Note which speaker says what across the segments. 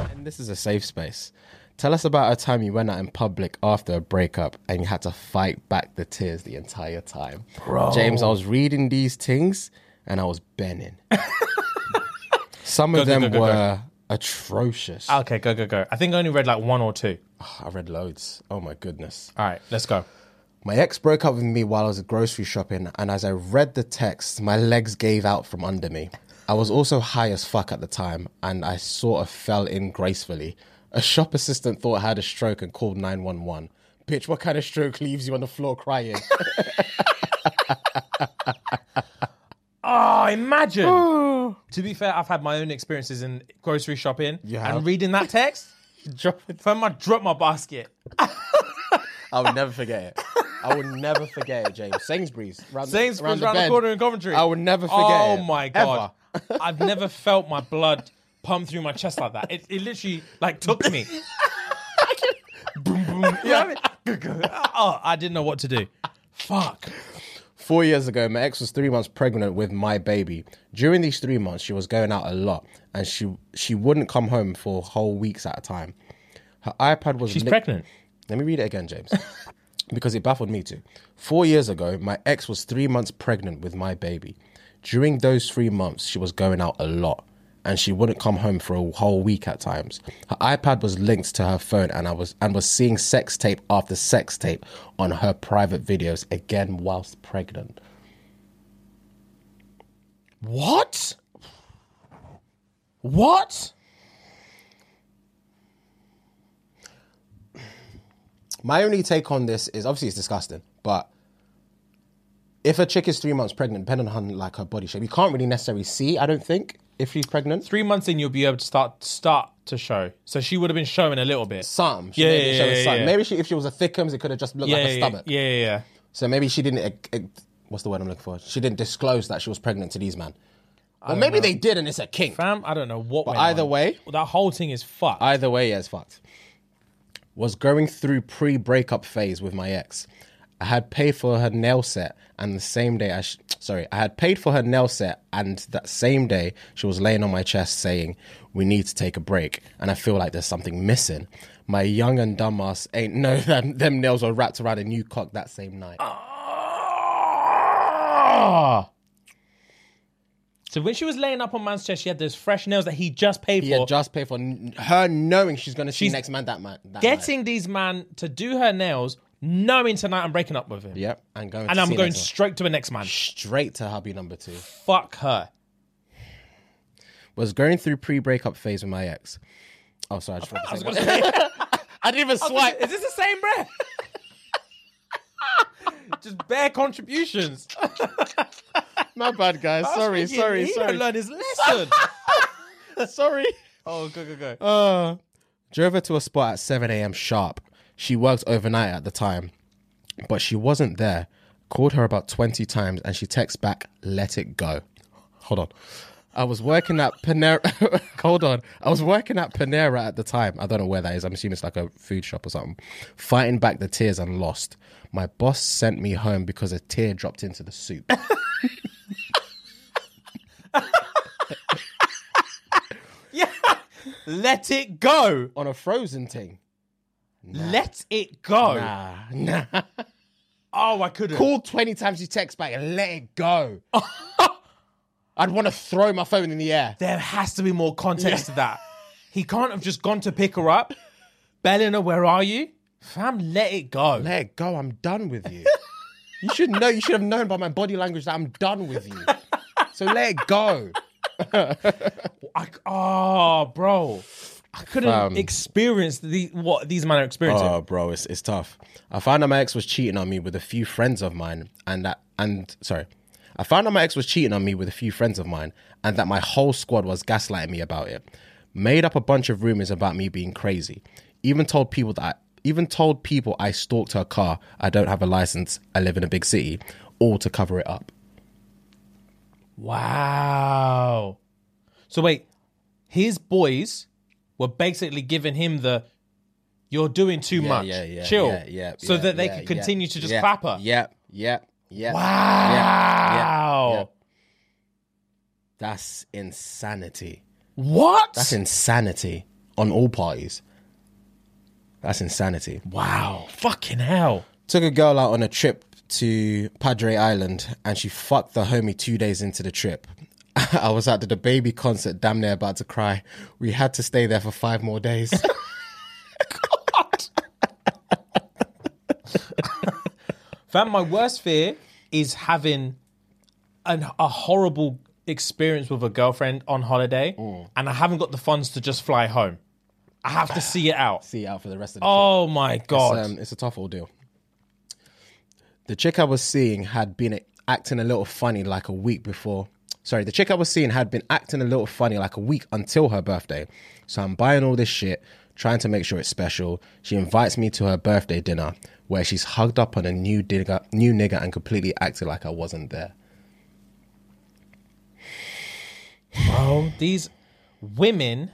Speaker 1: And this is a safe space. Tell us about a time you went out in public after a breakup and you had to fight back the tears the entire time. James, I was reading these things and I was benning. Some of
Speaker 2: Go, go,
Speaker 1: them
Speaker 2: go, go, go.
Speaker 1: were atrocious.
Speaker 2: Okay, go, go, go. I think I only read like one or two.
Speaker 1: I read loads. Oh my goodness.
Speaker 2: All right, let's go.
Speaker 1: My ex broke up with me while I was grocery shopping, and as I read the text, my legs gave out from under me. I was also high as fuck at the time, and I sort of fell in gracefully. A shop assistant thought I had a stroke and called 911. Bitch, what kind of stroke leaves you on the floor crying?
Speaker 2: Oh, imagine. to be fair, I've had my own experiences in grocery shopping
Speaker 1: You have?
Speaker 2: and reading that text.
Speaker 1: Drop it.
Speaker 2: Fam, I dropped my basket.
Speaker 1: I will never forget it. I will never forget it, James. Sainsbury's. Round
Speaker 2: Sainsbury's round, the,
Speaker 1: bend.
Speaker 2: corner in Coventry.
Speaker 1: I will never forget
Speaker 2: Oh
Speaker 1: it,
Speaker 2: my
Speaker 1: ever.
Speaker 2: god, I've never felt my blood pump through my chest like that. It, it literally like took me. boom boom. Yeah. oh, I didn't know what to do. Fuck.
Speaker 1: Four years ago, my ex was three months pregnant with my baby. During these three months, she was going out a lot, and she she wouldn't come home for whole weeks at a time. Her iPad was
Speaker 2: She's
Speaker 1: nick-
Speaker 2: pregnant.
Speaker 1: Let me read it again, James, because it baffled me too. Four years ago, my ex was three months pregnant with my baby. During those three months, she was going out a lot, and she wouldn't come home for a whole week at times. Her iPad was linked to her phone, and I was and was seeing sex tape after sex tape on her private videos again whilst pregnant.
Speaker 2: What? What?
Speaker 1: My only take on this is obviously it's disgusting, but if a chick is three months pregnant, depending on her, like her body shape, you can't really necessarily see. I don't think if she's pregnant.
Speaker 2: Three months in, you'll be able to start start to show. So she would have been showing a little bit.
Speaker 1: Some, she
Speaker 2: Yeah,
Speaker 1: maybe,
Speaker 2: yeah,
Speaker 1: showed
Speaker 2: yeah,
Speaker 1: some.
Speaker 2: yeah.
Speaker 1: maybe she, if she was a thickums, it could have just looked
Speaker 2: yeah,
Speaker 1: like a
Speaker 2: yeah,
Speaker 1: stomach.
Speaker 2: yeah, yeah, yeah.
Speaker 1: So maybe she didn't. ex- ex- what's the word I'm looking for? She didn't disclose that she was pregnant to these men. Or maybe they did, and it's a kink.
Speaker 2: Fam, I don't know what. But
Speaker 1: either way-
Speaker 2: that whole thing is fucked.
Speaker 1: Either way, yeah, it's fucked. Was going through pre breakup phase with my ex. I had paid for her nail set, and the same day I, sh- sorry, I had paid for her nail set, and that same day she was laying on my chest saying, We need to take a break. And I feel like there's something missing. My young and dumbass ain't know that them nails were wrapped around a new cock that same night.
Speaker 2: Ah! So when she was laying up on man's chest, she had those fresh nails that he just paid
Speaker 1: He
Speaker 2: for.
Speaker 1: had just paid for n- her knowing she's going to see
Speaker 2: She's
Speaker 1: next man that man. That
Speaker 2: getting these man to do her nails, knowing tonight I'm breaking up with him.
Speaker 1: Night. Yep. And going
Speaker 2: And
Speaker 1: to
Speaker 2: I'm
Speaker 1: see
Speaker 2: going
Speaker 1: next man.
Speaker 2: straight to the next man.
Speaker 1: straight to hubby number two.
Speaker 2: Fuck her.
Speaker 1: was going through pre-breakup phase with my ex. Oh, sorry, I just I, I didn't even swipe.
Speaker 2: Is this the same breath? Just bare contributions.
Speaker 1: My bad, guys. Sorry,
Speaker 2: Thinking,
Speaker 1: sorry,
Speaker 2: he
Speaker 1: sorry,
Speaker 2: Don't learn his lesson.
Speaker 1: sorry. Uh.
Speaker 2: oh, go go go.
Speaker 1: Drove her to a spot at 7 a.m. sharp. She worked overnight at the time, but she wasn't there. Called her about 20 times, and she texts back, "Let it go." Hold on. I was working at Panera. Hold on. I was working at Panera at the time. I don't know where that is. I'm assuming it's like a food shop or something. Fighting back the tears and lost. My boss sent me home because a tear dropped into the soup.
Speaker 2: yeah. Let it go.
Speaker 1: on a frozen thing.
Speaker 2: Let it go.
Speaker 1: Nah, nah.
Speaker 2: Oh, I couldn't.
Speaker 1: Call 20 times you text back and let it go. I'd want to throw my phone in the air.
Speaker 2: there has to be more context to that. He can't have just gone to pick her up. Bellina, where are you? Fam, let it go.
Speaker 1: Let it go. I'm done with you. you should know. You should have known by my body language that I'm done with you. So let it go.
Speaker 2: I, oh, ah, bro. I couldn't experience the what these men are experiencing.
Speaker 1: Oh, bro, it's it's tough. I found out my ex was cheating on me with a few friends of mine, and that and sorry, I found out my ex was cheating on me with a few friends of mine, and that my whole squad was gaslighting me about it. Made up a bunch of rumors about me being crazy. Even told people that I, even told people I stalked her car. I don't have a license. I live in a big city. All to cover it up.
Speaker 2: Wow. So wait, his boys were basically giving him the you're doing too much.
Speaker 1: Yeah, yeah,
Speaker 2: Chill.
Speaker 1: Yeah, yeah,
Speaker 2: so
Speaker 1: yeah,
Speaker 2: that they
Speaker 1: yeah,
Speaker 2: could continue
Speaker 1: yeah,
Speaker 2: to just
Speaker 1: yeah,
Speaker 2: clap her.
Speaker 1: Yeah, yeah, yeah.
Speaker 2: Wow.
Speaker 1: yeah. That's insanity.
Speaker 2: What?
Speaker 1: That's insanity on all parties. That's insanity.
Speaker 2: wow. Fucking hell.
Speaker 1: Took a girl out on a trip to Padre Island and she fucked the homie two days into the trip. I was at the baby concert, damn near about to cry. We had to stay there for five more days.
Speaker 2: Fam, my worst fear is having an, a horrible experience with a girlfriend on holiday
Speaker 1: Mm.
Speaker 2: and I haven't got the funds to just fly home. I have to see it out.
Speaker 1: See you out for the rest of the trip.
Speaker 2: Oh my God.
Speaker 1: um, it's a tough ordeal. The chick I was seeing had been acting a little funny like a week before. Sorry, the chick I was seeing had been acting a little funny like a week until her birthday. So I'm buying all this shit, trying to make sure it's special. She invites me to her birthday dinner where she's hugged up on a new digger, new nigger and completely acted like I wasn't there.
Speaker 2: bro. These women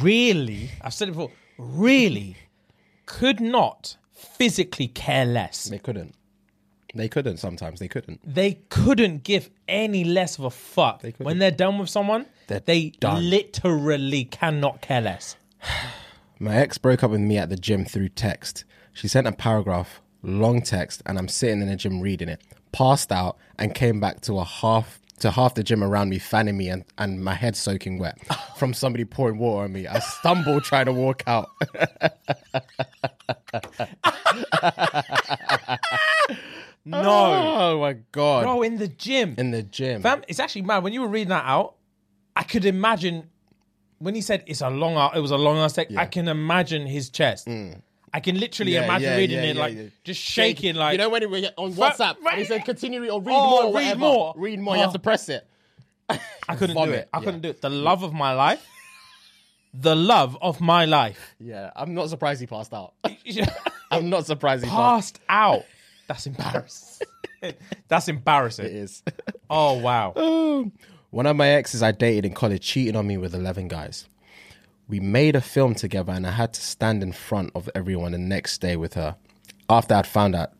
Speaker 2: really, I've said it before, really could not physically care less.
Speaker 1: They couldn't. They couldn't sometimes. They couldn't.
Speaker 2: They couldn't give any less of a fuck.
Speaker 1: couldn't.
Speaker 2: when they're done with someone,
Speaker 1: They're
Speaker 2: they
Speaker 1: done.
Speaker 2: literally cannot care less.
Speaker 1: My ex broke up with me at the gym through text. She sent a paragraph, long text, and I'm sitting in the gym reading it. Passed out and came back to a half to half the gym around me fanning me and, and my head soaking wet from somebody pouring water on me. I stumbled trying to walk out.
Speaker 2: No.
Speaker 1: Oh my god.
Speaker 2: Bro, in the gym.
Speaker 1: in the gym.
Speaker 2: Fam, it's actually mad. When you were reading that out, I could imagine when he said it's a long hour, it was a long ass text. I can imagine his chest. I can literally
Speaker 1: Mm. Yeah,
Speaker 2: imagine
Speaker 1: yeah,
Speaker 2: reading
Speaker 1: yeah,
Speaker 2: it
Speaker 1: yeah,
Speaker 2: like
Speaker 1: yeah.
Speaker 2: just shaking, like
Speaker 1: you know when it was on
Speaker 2: Fam-
Speaker 1: WhatsApp and it said continue or read
Speaker 2: Oh,
Speaker 1: more or
Speaker 2: read
Speaker 1: whatever.
Speaker 2: more. Oh.
Speaker 1: Read more, you have to press it.
Speaker 2: I couldn't
Speaker 1: Vomit,
Speaker 2: do it. I
Speaker 1: yeah.
Speaker 2: couldn't do it. The love of my life. The love of my life.
Speaker 1: Yeah, I'm not surprised he passed out. I'm not surprised he passed.
Speaker 2: Passed out. That's embarrassing. That's
Speaker 1: It
Speaker 2: embarrassing.
Speaker 1: is.
Speaker 2: Oh wow.
Speaker 1: One of my exes I dated in college cheated on me with 11 guys. We made a film together and I had to stand in front of everyone the next day with her. After I'd found out,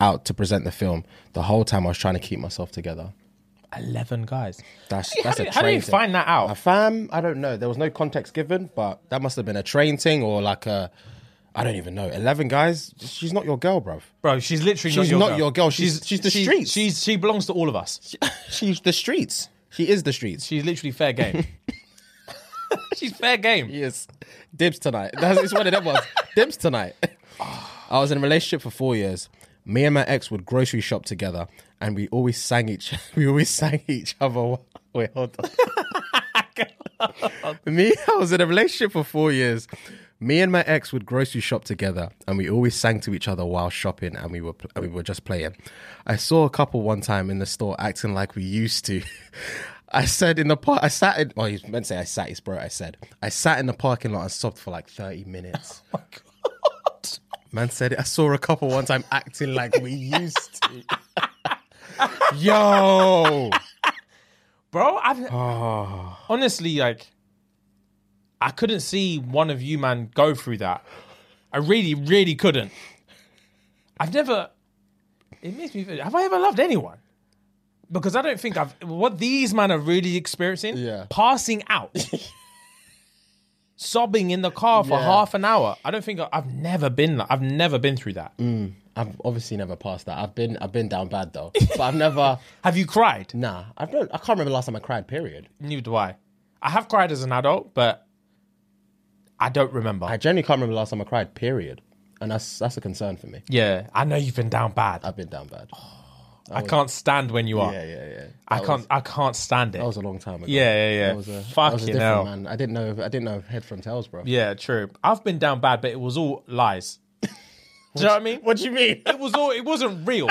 Speaker 1: out to present the film, the whole time I was trying to keep myself together.
Speaker 2: Eleven guys.
Speaker 1: That's,
Speaker 2: How
Speaker 1: that's
Speaker 2: do
Speaker 1: a
Speaker 2: you-
Speaker 1: train
Speaker 2: how do you
Speaker 1: thing.
Speaker 2: find that out?
Speaker 1: A fam, I don't know. There was no context given, but that must have been a train thing or like a, I don't even know. 11 guys? She's not your girl, bruv.
Speaker 2: Bro, she's literally
Speaker 1: She's
Speaker 2: not your
Speaker 1: not
Speaker 2: girl.
Speaker 1: your girl. She's- she's the
Speaker 2: she-
Speaker 1: streets.
Speaker 2: She's she belongs to all of us.
Speaker 1: She's the streets. She is the streets.
Speaker 2: She's literally fair game. she's fair game.
Speaker 1: Yes. Dibs tonight. That's it's one of them ones. Dibs tonight. I was in a relationship for four years. Me and my ex would grocery shop together and we always sang each we always sang each other. Wait, hold on. Me, I was in a relationship for four years. Me and my ex would grocery shop together and we always sang to each other while shopping and we were pl- and we were just playing. I saw a couple one time in the store acting like we used to. I said in the park, I sat in, well, he's meant to say I sat, he's bro, I said. I sat in the parking lot and sobbed for like 30 minutes. Man said it. I saw a couple one time acting like we used to. Yo,
Speaker 2: bro. I've honestly like, I couldn't see one of you man go through that. I really, really couldn't. I've never. It makes me. feel- Have I ever loved anyone? Because I don't think I've. What these man are really experiencing.
Speaker 1: Yeah.
Speaker 2: Passing out. Sobbing in the car for
Speaker 1: Yeah.
Speaker 2: half an hour. I don't think I- I've never been. I've never been through that.
Speaker 1: Mm. I've obviously never passed that. I've been, I've been down bad though, but I've never.
Speaker 2: Have you cried?
Speaker 1: Nah, I've not, I can't remember the last time I cried. Period.
Speaker 2: Neither do I. I have cried as an adult, but I don't remember.
Speaker 1: I genuinely can't remember the last time I cried. Period, and that's that's a concern for me.
Speaker 2: Yeah, I know you've been down bad.
Speaker 1: I've been down bad.
Speaker 2: I can't stand when you are.
Speaker 1: Yeah, yeah, yeah.
Speaker 2: Oh, I
Speaker 1: That
Speaker 2: can't.
Speaker 1: Was,
Speaker 2: I can't stand it.
Speaker 1: that was a long time ago.
Speaker 2: Yeah, yeah, yeah.
Speaker 1: That was a, that was a
Speaker 2: Fucking
Speaker 1: different
Speaker 2: hell.
Speaker 1: man. I didn't know. I didn't know head from tails, bro.
Speaker 2: Yeah, true. I've been down bad, but it was all lies. Do you know what I mean?
Speaker 1: What do you mean?
Speaker 2: It was all. It wasn't real.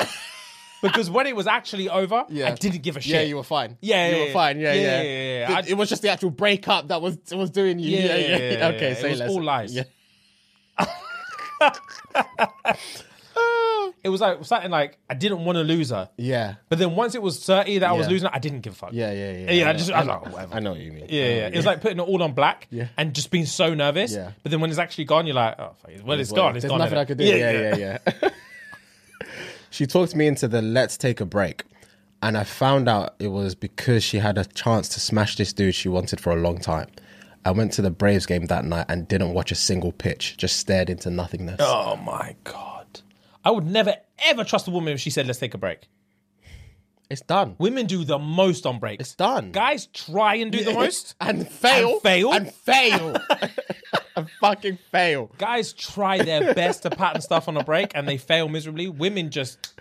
Speaker 2: because when it was actually over,
Speaker 1: Yeah.
Speaker 2: I didn't give a shit.
Speaker 1: Yeah, you were fine.
Speaker 2: Yeah,
Speaker 1: you
Speaker 2: yeah,
Speaker 1: were
Speaker 2: yeah.
Speaker 1: fine. Yeah,
Speaker 2: Yeah,
Speaker 1: yeah.
Speaker 2: yeah, yeah, yeah.
Speaker 1: It-
Speaker 2: I-
Speaker 1: it was just the actual breakup that was was doing you.
Speaker 2: Yeah, yeah, yeah, yeah,
Speaker 1: Okay,
Speaker 2: yeah.
Speaker 1: say
Speaker 2: It was
Speaker 1: less.
Speaker 2: all lies.
Speaker 1: Yeah.
Speaker 2: It was like something like I didn't want to lose her.
Speaker 1: yeah,
Speaker 2: But then once it was 30 that I was
Speaker 1: Yeah.
Speaker 2: losing, I didn't give a fuck.
Speaker 1: yeah, yeah, yeah.
Speaker 2: Yeah, I
Speaker 1: know.
Speaker 2: just- I was like, whatever.
Speaker 1: I know what you mean.
Speaker 2: Yeah, yeah. It was like putting it all on black
Speaker 1: Yeah.
Speaker 2: and just being so nervous.
Speaker 1: Yeah.
Speaker 2: But then when it's actually gone, you're like, oh, fuck it. well, it's
Speaker 1: Well,
Speaker 2: gone. It's
Speaker 1: There's
Speaker 2: gone.
Speaker 1: nothing
Speaker 2: innit?
Speaker 1: I could do. Yeah, yeah, yeah. she talked me into the let's take a break. And I found out it was because she had a chance to smash this dude she wanted for a long time. I went to the Braves game that night and didn't watch a single pitch, just stared into nothingness.
Speaker 2: Oh, my God. I would never, ever trust a woman if she said, let's take a break.
Speaker 1: It's done.
Speaker 2: Women do the most on breaks.
Speaker 1: It's done.
Speaker 2: Guys try and do the most.
Speaker 1: and fail.
Speaker 2: And fail.
Speaker 1: And fail. and fucking fail.
Speaker 2: Guys try their best to pattern stuff on a break and they fail miserably. Women just.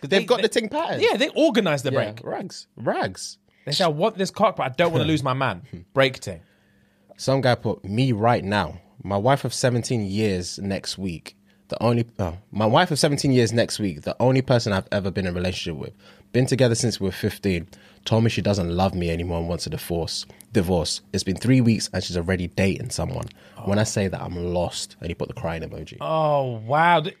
Speaker 1: They've got the ting pattern.
Speaker 2: Yeah, they organize the
Speaker 1: Yeah, Hmm.
Speaker 2: break.
Speaker 1: Rags. Rags.
Speaker 2: They say, I want this cock, but I don't want to lose my man. Break thing.
Speaker 1: Some guy put me right now. My wife of 17 years next week. The only oh, my wife of 17 years next week. The only person I've ever been in a relationship with. Been together since we were 15. Told me she doesn't love me anymore and wants a divorce. Divorce. It's been three weeks and she's already dating someone. When I say that, I'm lost. And he put the crying emoji.
Speaker 2: Oh wow. Th-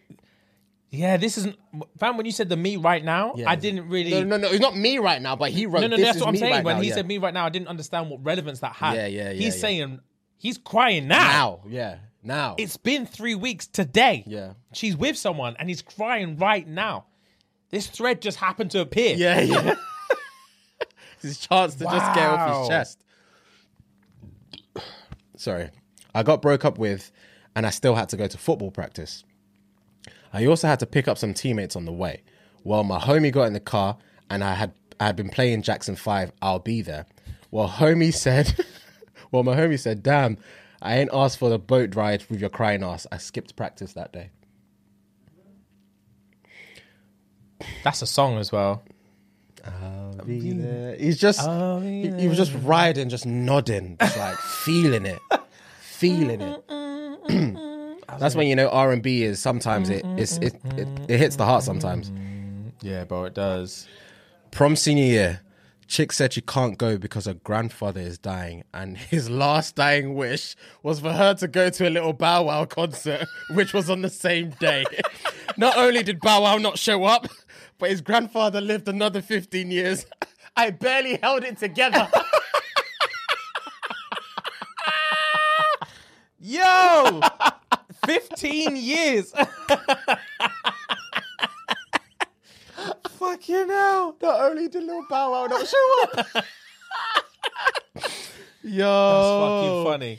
Speaker 2: Yeah, this isn't fam. When you said the me right now, I didn't really.
Speaker 1: no, no, no. It's not me right now, but he wrote.
Speaker 2: No, no,
Speaker 1: this
Speaker 2: that's
Speaker 1: is
Speaker 2: what I'm
Speaker 1: me
Speaker 2: saying.
Speaker 1: right
Speaker 2: when
Speaker 1: now,
Speaker 2: he
Speaker 1: yeah.
Speaker 2: said me right now, I didn't understand what relevance that had.
Speaker 1: Yeah, yeah, yeah,
Speaker 2: He's
Speaker 1: yeah.
Speaker 2: saying he's crying now.
Speaker 1: now, yeah, now.
Speaker 2: It's been three weeks today.
Speaker 1: Yeah.
Speaker 2: She's with someone and he's crying right now. This thread just happened to appear.
Speaker 1: Yeah, yeah. It's his chance to just get off
Speaker 2: Wow.
Speaker 1: his chest. Sorry. I got broke up with, and I still had to go to football practice. I also had to pick up some teammates on the way. Well, my homie got in the car, and I had I had been playing Jackson Five. I'll be there. Well, homie said, well, my homie said, damn, I ain't asked for the boat ride with your crying ass. I skipped practice that day.
Speaker 2: That's a song as well.
Speaker 1: He's just he, he was just riding, just nodding, just like feeling it, feeling it. That's when you know R and B is sometimes it it's, it, it it hits the heart sometimes.
Speaker 2: Mm, Yeah, bro, it does.
Speaker 1: Prom senior year, chick said she can't go because her grandfather is dying, and his last dying wish was for her to go to a little Bow Wow concert, which was on the same day. not only did Bow Wow not show up, but his grandfather lived another 15 years. I barely held it together.
Speaker 2: Yo, 15 years.
Speaker 1: Fucking hell. Not only did Lil Bow Wow not show up.
Speaker 2: Fucking
Speaker 1: Yo.
Speaker 2: funny.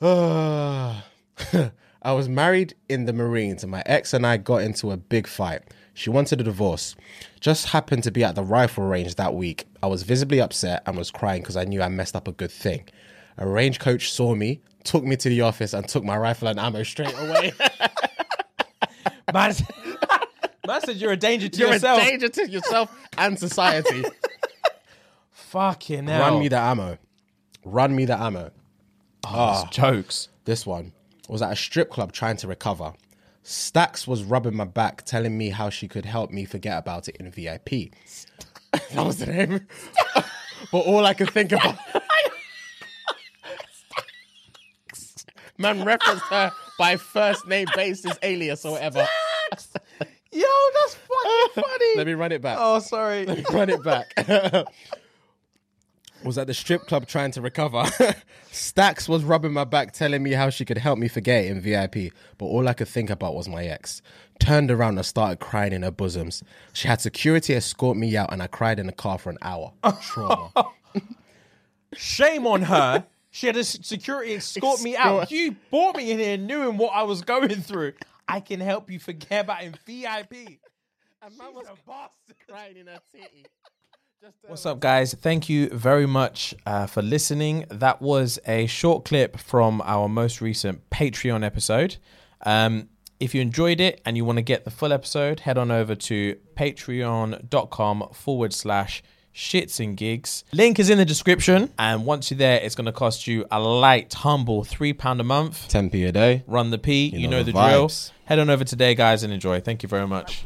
Speaker 1: Ah. I was married in the Marines and my ex and I got into a big fight. She wanted a divorce. Just happened to be at the rifle range that week. I was visibly upset and was crying because I knew I messed up a good thing. A range coach saw me, took me to the office, and took my rifle and ammo straight away.
Speaker 2: Man, man said you're a danger to
Speaker 1: You're
Speaker 2: yourself.
Speaker 1: a danger to yourself and society.
Speaker 2: Fucking hell.
Speaker 1: Run me the ammo. Run me the ammo. Ah.
Speaker 2: It's jokes.
Speaker 1: this one was at a strip club trying to recover. Stax was rubbing my back, telling me how she could help me forget about it in VIP. that was the name. but all I could think about. Man referenced her by first name basis, alias, or whatever.
Speaker 2: Yo, that's fucking funny.
Speaker 1: Let me run it back.
Speaker 2: oh, sorry.
Speaker 1: run it back. was at the strip club trying to recover. Stax was rubbing my back, telling me how she could help me forget it in VIP, but all I could think about was my ex. Turned around and started crying in her bosoms. She had security escort me out, and I cried in the car for an hour. Trauma.
Speaker 2: Shame on her. She had a s- security escort me out. You brought me in here knowing what I was going through. I can help you forget about in VIP. She's a bastard.
Speaker 1: crying in her titty.
Speaker 2: What's up, guys? Thank you very much uh, for listening. That was a short clip from our most recent Patreon episode. Um, If you enjoyed it and you want to get the full episode, head on over to patreon.com forward slash shits and gigs. Link is in the description. And once you're there, it's going to cost you a light, humble £3 a month.
Speaker 1: 10p a day.
Speaker 2: Run the P. You, know,
Speaker 1: know the
Speaker 2: the, drill.
Speaker 1: vibes.
Speaker 2: Head on over today, guys, and enjoy. Thank you very much.